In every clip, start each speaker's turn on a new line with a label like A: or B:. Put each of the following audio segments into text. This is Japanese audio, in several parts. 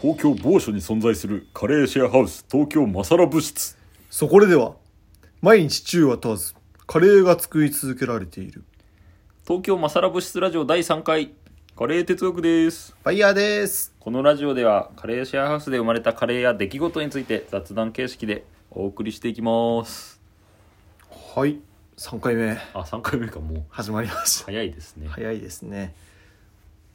A: 東京某所に存在するカレーシェアハウス東京マサラ部室
B: そこでは毎日昼は問わずカレーが作り続けられている
A: 東京マサラ部室ラジオ第3回カレー哲学です
B: バイヤーです
A: このラジオではカレーシェアハウスで生まれたカレーや出来事について雑談形式でお送りしていきます
B: はい3回目
A: あ3回目かもう
B: 始まりました
A: 早いですね、
B: 早いですね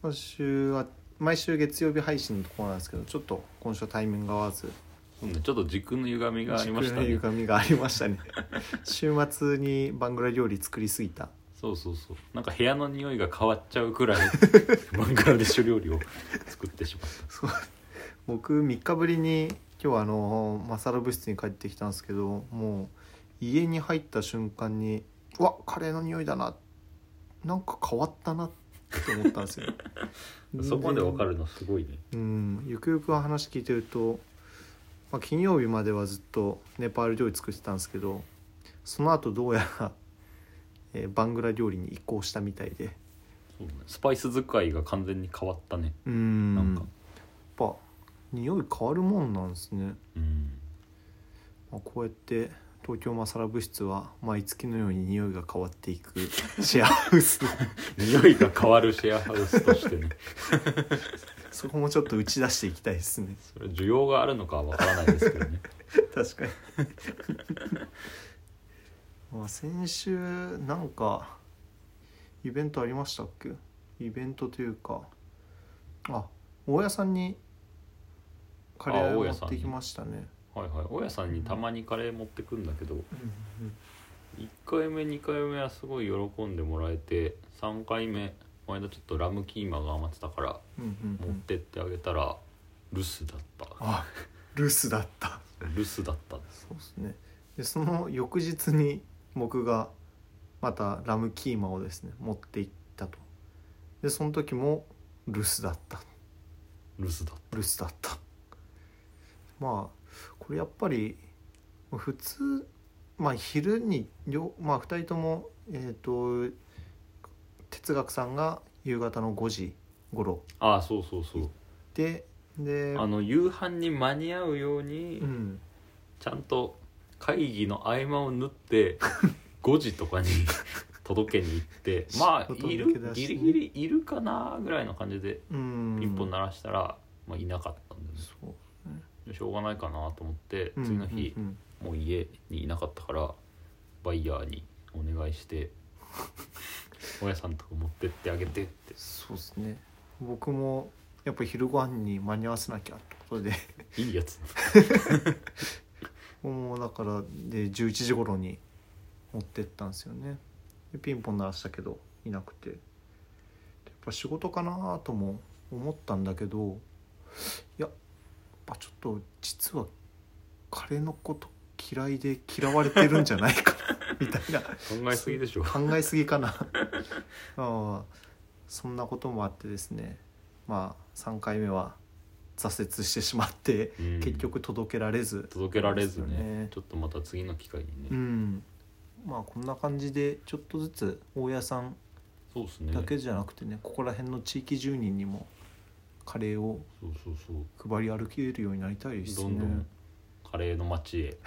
B: 今週は毎週月曜日配信のところなんですけどちょっと今週はタイミングが合わず
A: うんちょっと軸の歪みがありました
B: 軸の
A: ね
B: 歪みがありましたね 週末にバングラ料理作りすぎた
A: そうそうそうなんか部屋の匂いが変わっちゃうくらい バングラデシュ料理を作ってしまっ
B: そう僕3日ぶりに今日あのマサラ部室に帰ってきたんですけどもう家に入った瞬間にうわカレーの匂いだななんか変わったなって思ったんですよ
A: た そこまでわかるのすごいね
B: うんゆくゆく話聞いてると、まあ、金曜日まではずっとネパール料理作ってたんですけどその後どうやら、えーバングラ料理に移行したみたいで
A: そうねスパイス使いが完全に変わったね
B: うん
A: なんか
B: やっぱ匂い変わるもんなんですね
A: うん
B: まあ、こうやって東京マサラ物質は毎月のように匂いが変わっていく シェアハウス
A: 匂いが変わるシェアハウスとしてね
B: そこもちょっと打ち出していきたいですね
A: それ需要があるのかはわからないですけどね
B: 確かに まあ先週なんかイベントありましたっけイベントというかあ大家さんにカレ
A: あ
B: ー
A: 大
B: を
A: 家
B: 持
A: さん
B: っ
A: に
B: てきましたね
A: はいはい大家さんにたまにカレー持ってくんだけど1回目2回目はすごい喜んでもらえて3回目この間ちょっとラムキーマが余ってたから
B: うんうんうん
A: 持ってってあげたら留守だった
B: あ留守だった
A: 留守だったんです
B: そうですねでその翌日に僕がまたラムキーマをですね持って行ったとでその時も留守だった
A: 留守だっ
B: 留守だったまあこれやっぱり普通まあ昼に両まあ、2人ともえっ、と哲学さんが夕方の5時頃
A: たああそうそうそう
B: でで
A: あの夕飯に間に合うように
B: うん
A: ちゃんと会議の合間を縫って 5時とかに届けに行って ま
B: 仕
A: あ
B: 事
A: い
B: 抜け
A: る
B: 出し
A: ギ
B: てね
A: リギリいるかなぐらいの感じで
B: うん
A: ピンポン鳴らしたら、まあ、いなかったんでね
B: そう
A: でしょうがないかなと思って
B: うん
A: 次の日
B: うんうん
A: もう家にいなかったからバイヤーにお願いして 大家さんとこ持ってってあげてって
B: そうですね僕もやっぱ昼ご飯に間に合わせなきゃってことで
A: いいやつ
B: もうだからで11時頃に持ってったんですよねでピンポン鳴らしたけどいなくてでやっぱ仕事かなとも思ったんだけどいややっぱちょっと実はカレーのこと嫌いで嫌われてるんじゃないかなみたいな
A: 考えすぎでしょ
B: 考えすぎかな ああそんなこともあってですねまあ3回目は挫折してしまって、
A: うん
B: 結局届けられず
A: 届けられず
B: そうですよ
A: ね
B: ね
A: ちょっとまた次の機会にね、
B: うんまあこんな感じでちょっとずつ大家さん
A: そうですね
B: だけじゃなくてねここら辺の地域住人にもカレーを
A: そうそうそう
B: 配り歩けるようになりたいですね
A: どんどんカレーの街へ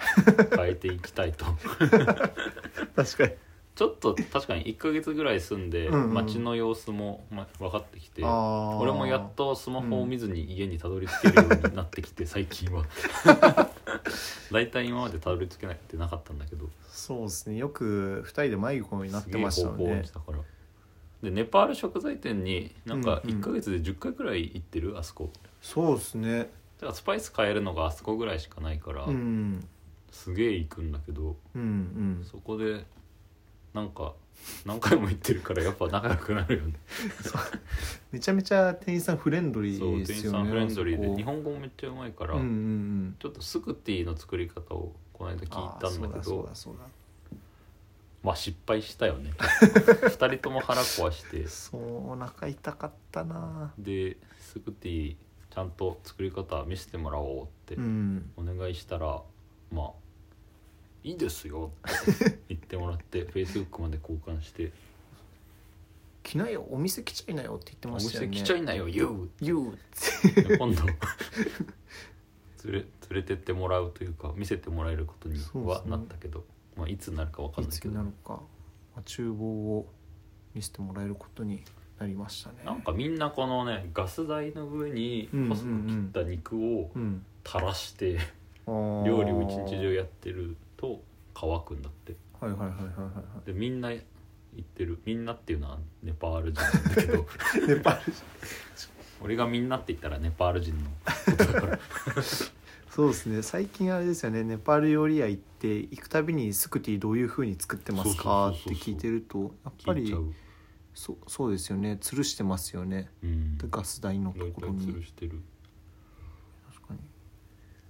A: 変えていきた いと
B: 確かに
A: ちょっと確かに1ヶ月ぐらい住んで
B: うんうん
A: 街の様子もま分かってきて
B: あー
A: 俺もやっとスマホを見ずに家にたどり着けるようになってき て最近は大体今までたどり着けなくてなかったんだけど
B: そうですねよく2人で迷子になっ
A: す
B: て
A: げえ
B: ました
A: 方向
B: よ
A: 音
B: ね
A: 痴だからでネパール食材店になんか
B: うんうん
A: 1ヶ月で10回くらい行ってるあそこ
B: そうですね
A: だからスパイス買えるのがあそこぐらいしかないから、
B: うん
A: すげえ行くんだけど
B: うんうん
A: そこでなんか何回も行ってるからやっぱ仲良くなるよね
B: めちゃめちゃ店員さんフレンドリ
A: そう
B: ーで
A: 店
B: す
A: 員
B: よね
A: さんフレンドリー
B: あそ
A: で
B: こ
A: 日本語もめっちゃうまいから、
B: うんうんうん
A: ちょっとスクティの作り方をこの間聞いたんだけ
B: あーそう
A: ど
B: だそうだ
A: まあ失敗したよ ね二人とも腹壊して
B: そうだそうお腹痛かったな
A: でスクティちゃんと作り方見せてもらおうって
B: うん
A: お願いしたら、まあ いいですよって言ってもらって Facebook まで交換して
B: 「来なよお店来ちゃいなよ」って言って
A: お
B: ましたよ
A: 店
B: ね
A: 来ちゃいなよ YOU
B: 言う
A: で今度連れ連れてってもらうというか見せてもらえることに
B: そうで
A: は
B: すね
A: なったけど、まあ、いつになるか分かん
B: い
A: ない
B: つ
A: け
B: に
A: ど
B: なるか、まあ、厨房を見せてもらえることになりましたね
A: なんかみんなこのねガス台の上に細く切った肉を
B: うん
A: 垂らして
B: あー
A: 料理を一日中やってると乾くんだって
B: はいはいはいはいは
A: でみんな言ってるみんなっていうのはネパール人なんだけ ど
B: いはいネパール
A: 俺がみんなって言ったらネパール人のことだから
B: そうですね最近あれですよねネパール料理屋行って行くたびにスクティどういうふうに作ってますかっ
A: そうそうそうそう
B: て聞いてるとやっぱ
A: 聞いち
B: り
A: ゃう、
B: そそうですよね吊るしてますよね
A: うん、
B: でガス台のと
A: 大
B: こ
A: 体
B: ろに
A: 吊るしてる
B: 確かに
A: だ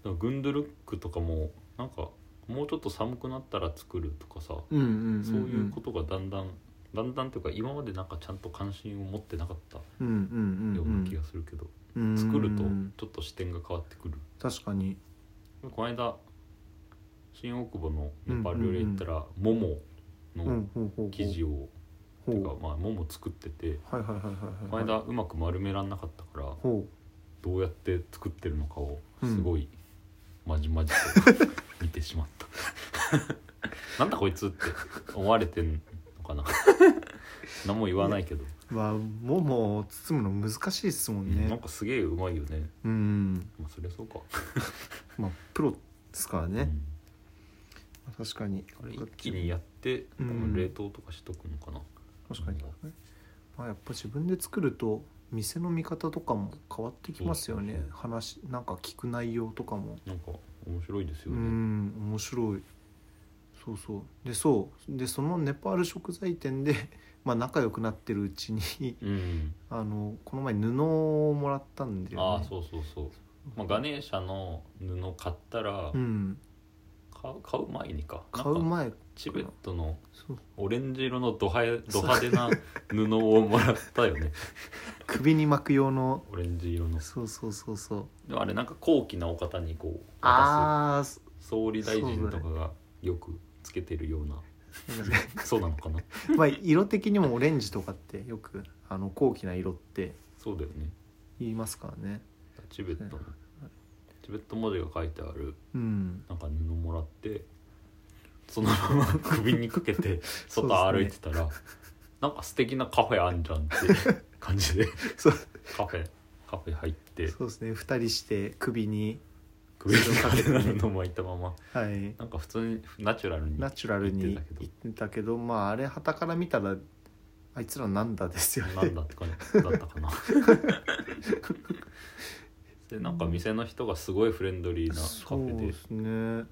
A: からグンドゥルックとかもなんかもうちょっと寒くなったら作るとかさ、
B: うんうんんん
A: そういうことがだんだんだんだんっていうか今までなんかちゃんと関心を持ってなかったよ
B: うんうん
A: う
B: う
A: ん
B: うん
A: な気がするけど、
B: うん
A: 作るとちょっと視点が変わってくる、
B: 確かに
A: この間新大久保のネパール料理行ったら、ももの生地
B: を
A: を、
B: ほ
A: てかまあもも作ってて
B: うはいはいはいはい
A: こ
B: はい
A: の間うまく丸めらんなかったから、
B: ほ
A: どうやって作ってるのかを
B: うん
A: すごいまじまじと見てしま ったなんだこいつって思われてんのかな何も言わないけど、
B: うまあももを包むの難しいですもん
A: なん
B: ね
A: かすげえうまいよね
B: うん
A: まあそりゃそうか
B: まあプロですから
A: う
B: ね
A: ん
B: 確かに
A: あれ一気にやって多
B: うん
A: 分冷凍とかしとくのかな、
B: 確かに、まあ、やっぱ自分で作ると店の見方とかも変わってきますよね
A: そうそうそう
B: 話なんか聞く内容とかも、
A: なんか面白いです
B: う
A: よね、
B: ん面白いそうそうでそうでそのネパール食材店で まあ仲良くなってるうちに
A: うん
B: あのこの前布をもらったんだよ、ね、
A: ああそうそうそう、まあ、ガネーシャの布買ったら、
B: うん
A: 買う買う前にか
B: 買う
A: なんか
B: 前
A: チベットの
B: そう
A: オレンジ色のド派ド派手な布をもらったよね
B: 首に巻く用の
A: オレンジ色の
B: そうそうそうそう
A: でもあれなんか高貴なお方にこう渡
B: ああそ
A: す総理大臣とかがよくつけてるような
B: なんか
A: そうなのかな
B: まあ色的にもオレンジとかってよくあの高貴な色って
A: そうだよね
B: 言いますからね
A: チベットのチベット文字が書いてある
B: うん
A: なんか布もらってそのまま首にかけて
B: そう
A: 外
B: ですね
A: 歩いてたら、なんか素敵なカフェあんじゃんって感じ で
B: そう
A: カフェカフェ入って
B: そうですね2人して首に
A: 首にかけた布巻いたまま
B: はい
A: なんか普通にナチュラルに
B: ナチュラルに
A: 言ってたけ
B: 言
A: ど
B: ってたけどまああれはたから見たらあいつらなんだですよ
A: なん
B: ね
A: だって感じだったかな でなんか店の人がすごいフレンドリーなカフ
B: そう
A: ェで
B: ですね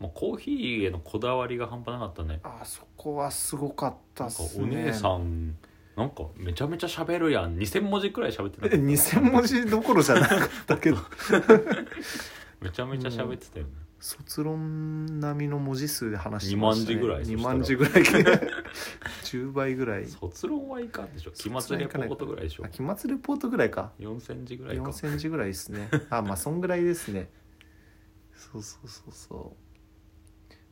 A: まあ、コーヒーへのこだわりが半端なかったね
B: あそこはすごかった
A: な
B: っ
A: んか
B: す
A: お
B: ね
A: 姉さんなんかめちゃめちゃ喋るやん2000文字くらい喋ってなか
B: え
A: った
B: 2000文字どころじゃなかったけど
A: めちゃめちゃ喋ってたよね、
B: 卒論並みの文字数で話して
A: 二万字ぐらい
B: 2万字ぐらい 10倍ぐらい
A: 卒論はいかんでしょ期
B: 卒
A: 末
B: 論
A: レ
B: い
A: ポ
B: かない
A: ートぐらいでしょ
B: あ期末レポートぐらいか
A: 4センチぐらいか
B: 4センチぐらいです ねあまあそんぐらいですねそうそうそうそう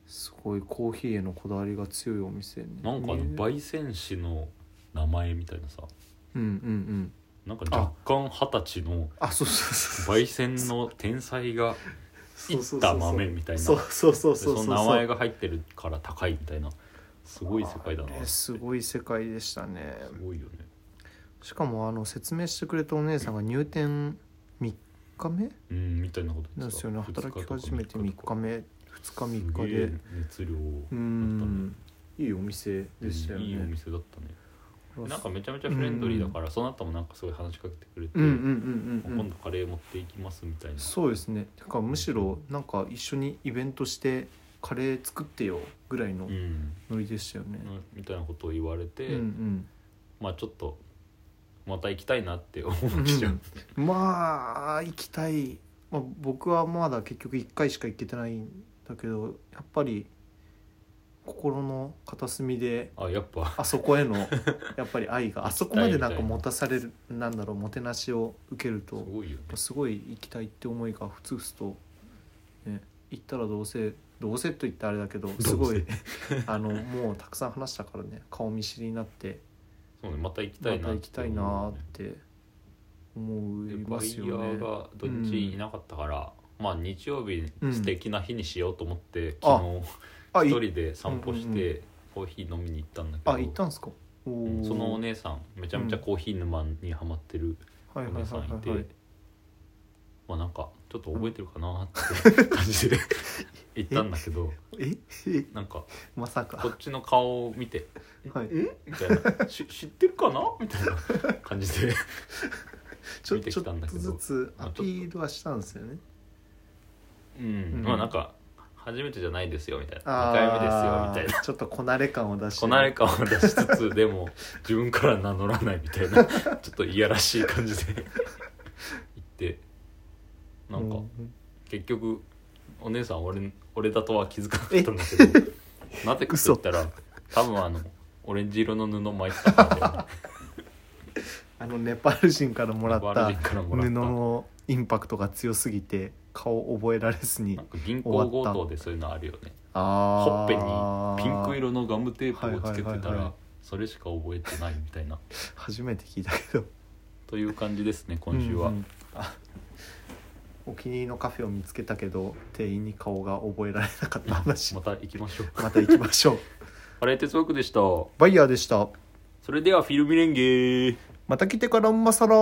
B: すごいコーヒーへのこだわりが強いお店ね
A: なんかあの焙煎師の名前みたいなさ
B: うんうんうん
A: なんか若干二十歳の
B: あそうそうそう
A: 焙煎の天才が
B: そう
A: いった豆みたいな
B: そうそうそう
A: で
B: そ
A: そう
B: そう
A: の名前が入ってるから高いみたいなすごい世界だな
B: あれ
A: す
B: すごい世界でしたね
A: ごいよね
B: しかもあの説明してくれたお姉さんが入店3日目
A: うんみたいなこと
B: な
A: 言
B: ん
A: って
B: です
A: た
B: よね働き始めて3日目2日
A: 三
B: 3日で
A: 熱量
B: う
A: うん
B: んいいお店でしたよね
A: いいお店だったねなんかめちゃめちゃフレンドリーだからその後もなんかすごい話しかけてくれて
B: うんうんうんうんうん
A: 今度カレー持っていきますみたいな
B: そうですねてかむしろなんか一緒にイベントしてカレー作ってよぐらいの
A: うん
B: ノリでしたよね、
A: みたいなことを言われ
B: うん、
A: て
B: うん
A: まあちょっとまた行きたいなって思っちゃう
B: まあ行きたい、まあ、僕はまだ結局1回しか行けてないんだけどやっぱり心の片隅で
A: あやっぱ
B: あそこ へのやっぱり愛があそこまでなん
A: 行きたいみたい
B: か
A: な
B: 持たされるなんだろうもてなしを受ける
A: す
B: と
A: ごいよね
B: すごい行きたいって思いがふつふつと、ね、行ったらどうせどうせと言 ってあれだけどすごいあのもうたくさん話したからね顔見知りになって
A: そうねまた行きた
B: ま
A: いな
B: た行きたいなっ
A: ってて
B: 思い
A: 思うねで
B: ま
A: バ
B: す
A: イヤ
B: よね
A: ー。が土日いなかったから、まあ日曜日
B: うん
A: 素敵な日にしようと思って、
B: ああ、
A: 昨日一
B: い
A: 人で散歩して、コーヒー飲みに行ったんだけど
B: あ行ったんですか。お
A: う
B: ー
A: んそのお姉さんめちゃめちゃコーヒー沼にはまってる
B: はい
A: お
B: はい
A: 姉さん
B: はいい
A: て、
B: はいはい。
A: まあなんかちょっと覚えてるかなって感じ で行ったんだけど
B: え、え
A: なんか
B: まさか。
A: こっちの顔を見て
B: はい。
A: みたいなし知ってるかなみたいな感じで
B: ちょ
A: 見て
B: ち
A: き
B: ょった
A: んだ
B: と
A: けど
B: ずつ
A: まあち
B: ア
A: ょっと
B: ピールはしたんですよね。
A: うん、
B: うん
A: まあなんか初めてじゃないですよみたいな
B: あ
A: 2
B: ー
A: 回目ですよみたいな。
B: ちょっとこなれ感を出して。
A: こなれ感を出しつつで も自分から名乗らないみたいなちょっといやらしい感じで 行ってなんか
B: う
A: 結局お姉さん俺俺だとは気づかなかったんだけどなぜかと言ったら多分あのオレンジ色の布巻いてたからだ
B: あのネパール人からもら
A: よねバ
B: った
A: ルジンからも
B: 布
A: らった
B: のインパクトが強すぎて顔を覚えられずに
A: なんか銀行強盗でそういうのあるよねほ
B: あ
A: っぺにピンク
B: 色
A: 色のガムテープをつけ
B: は
A: て
B: いはい
A: た
B: はいはい
A: らそれしか覚えてないみたいな
B: 初めて聞いたけど
A: という感じですね今週は、
B: うんうんあお気に入りのカフェを見つけたけど店員に顔が覚えられなかった話
A: また行きましょう
B: また行きましょう
A: カレー哲学でしたそ
B: バイヤーでした
A: れではフィルミレンゲー
B: また来てからうまさら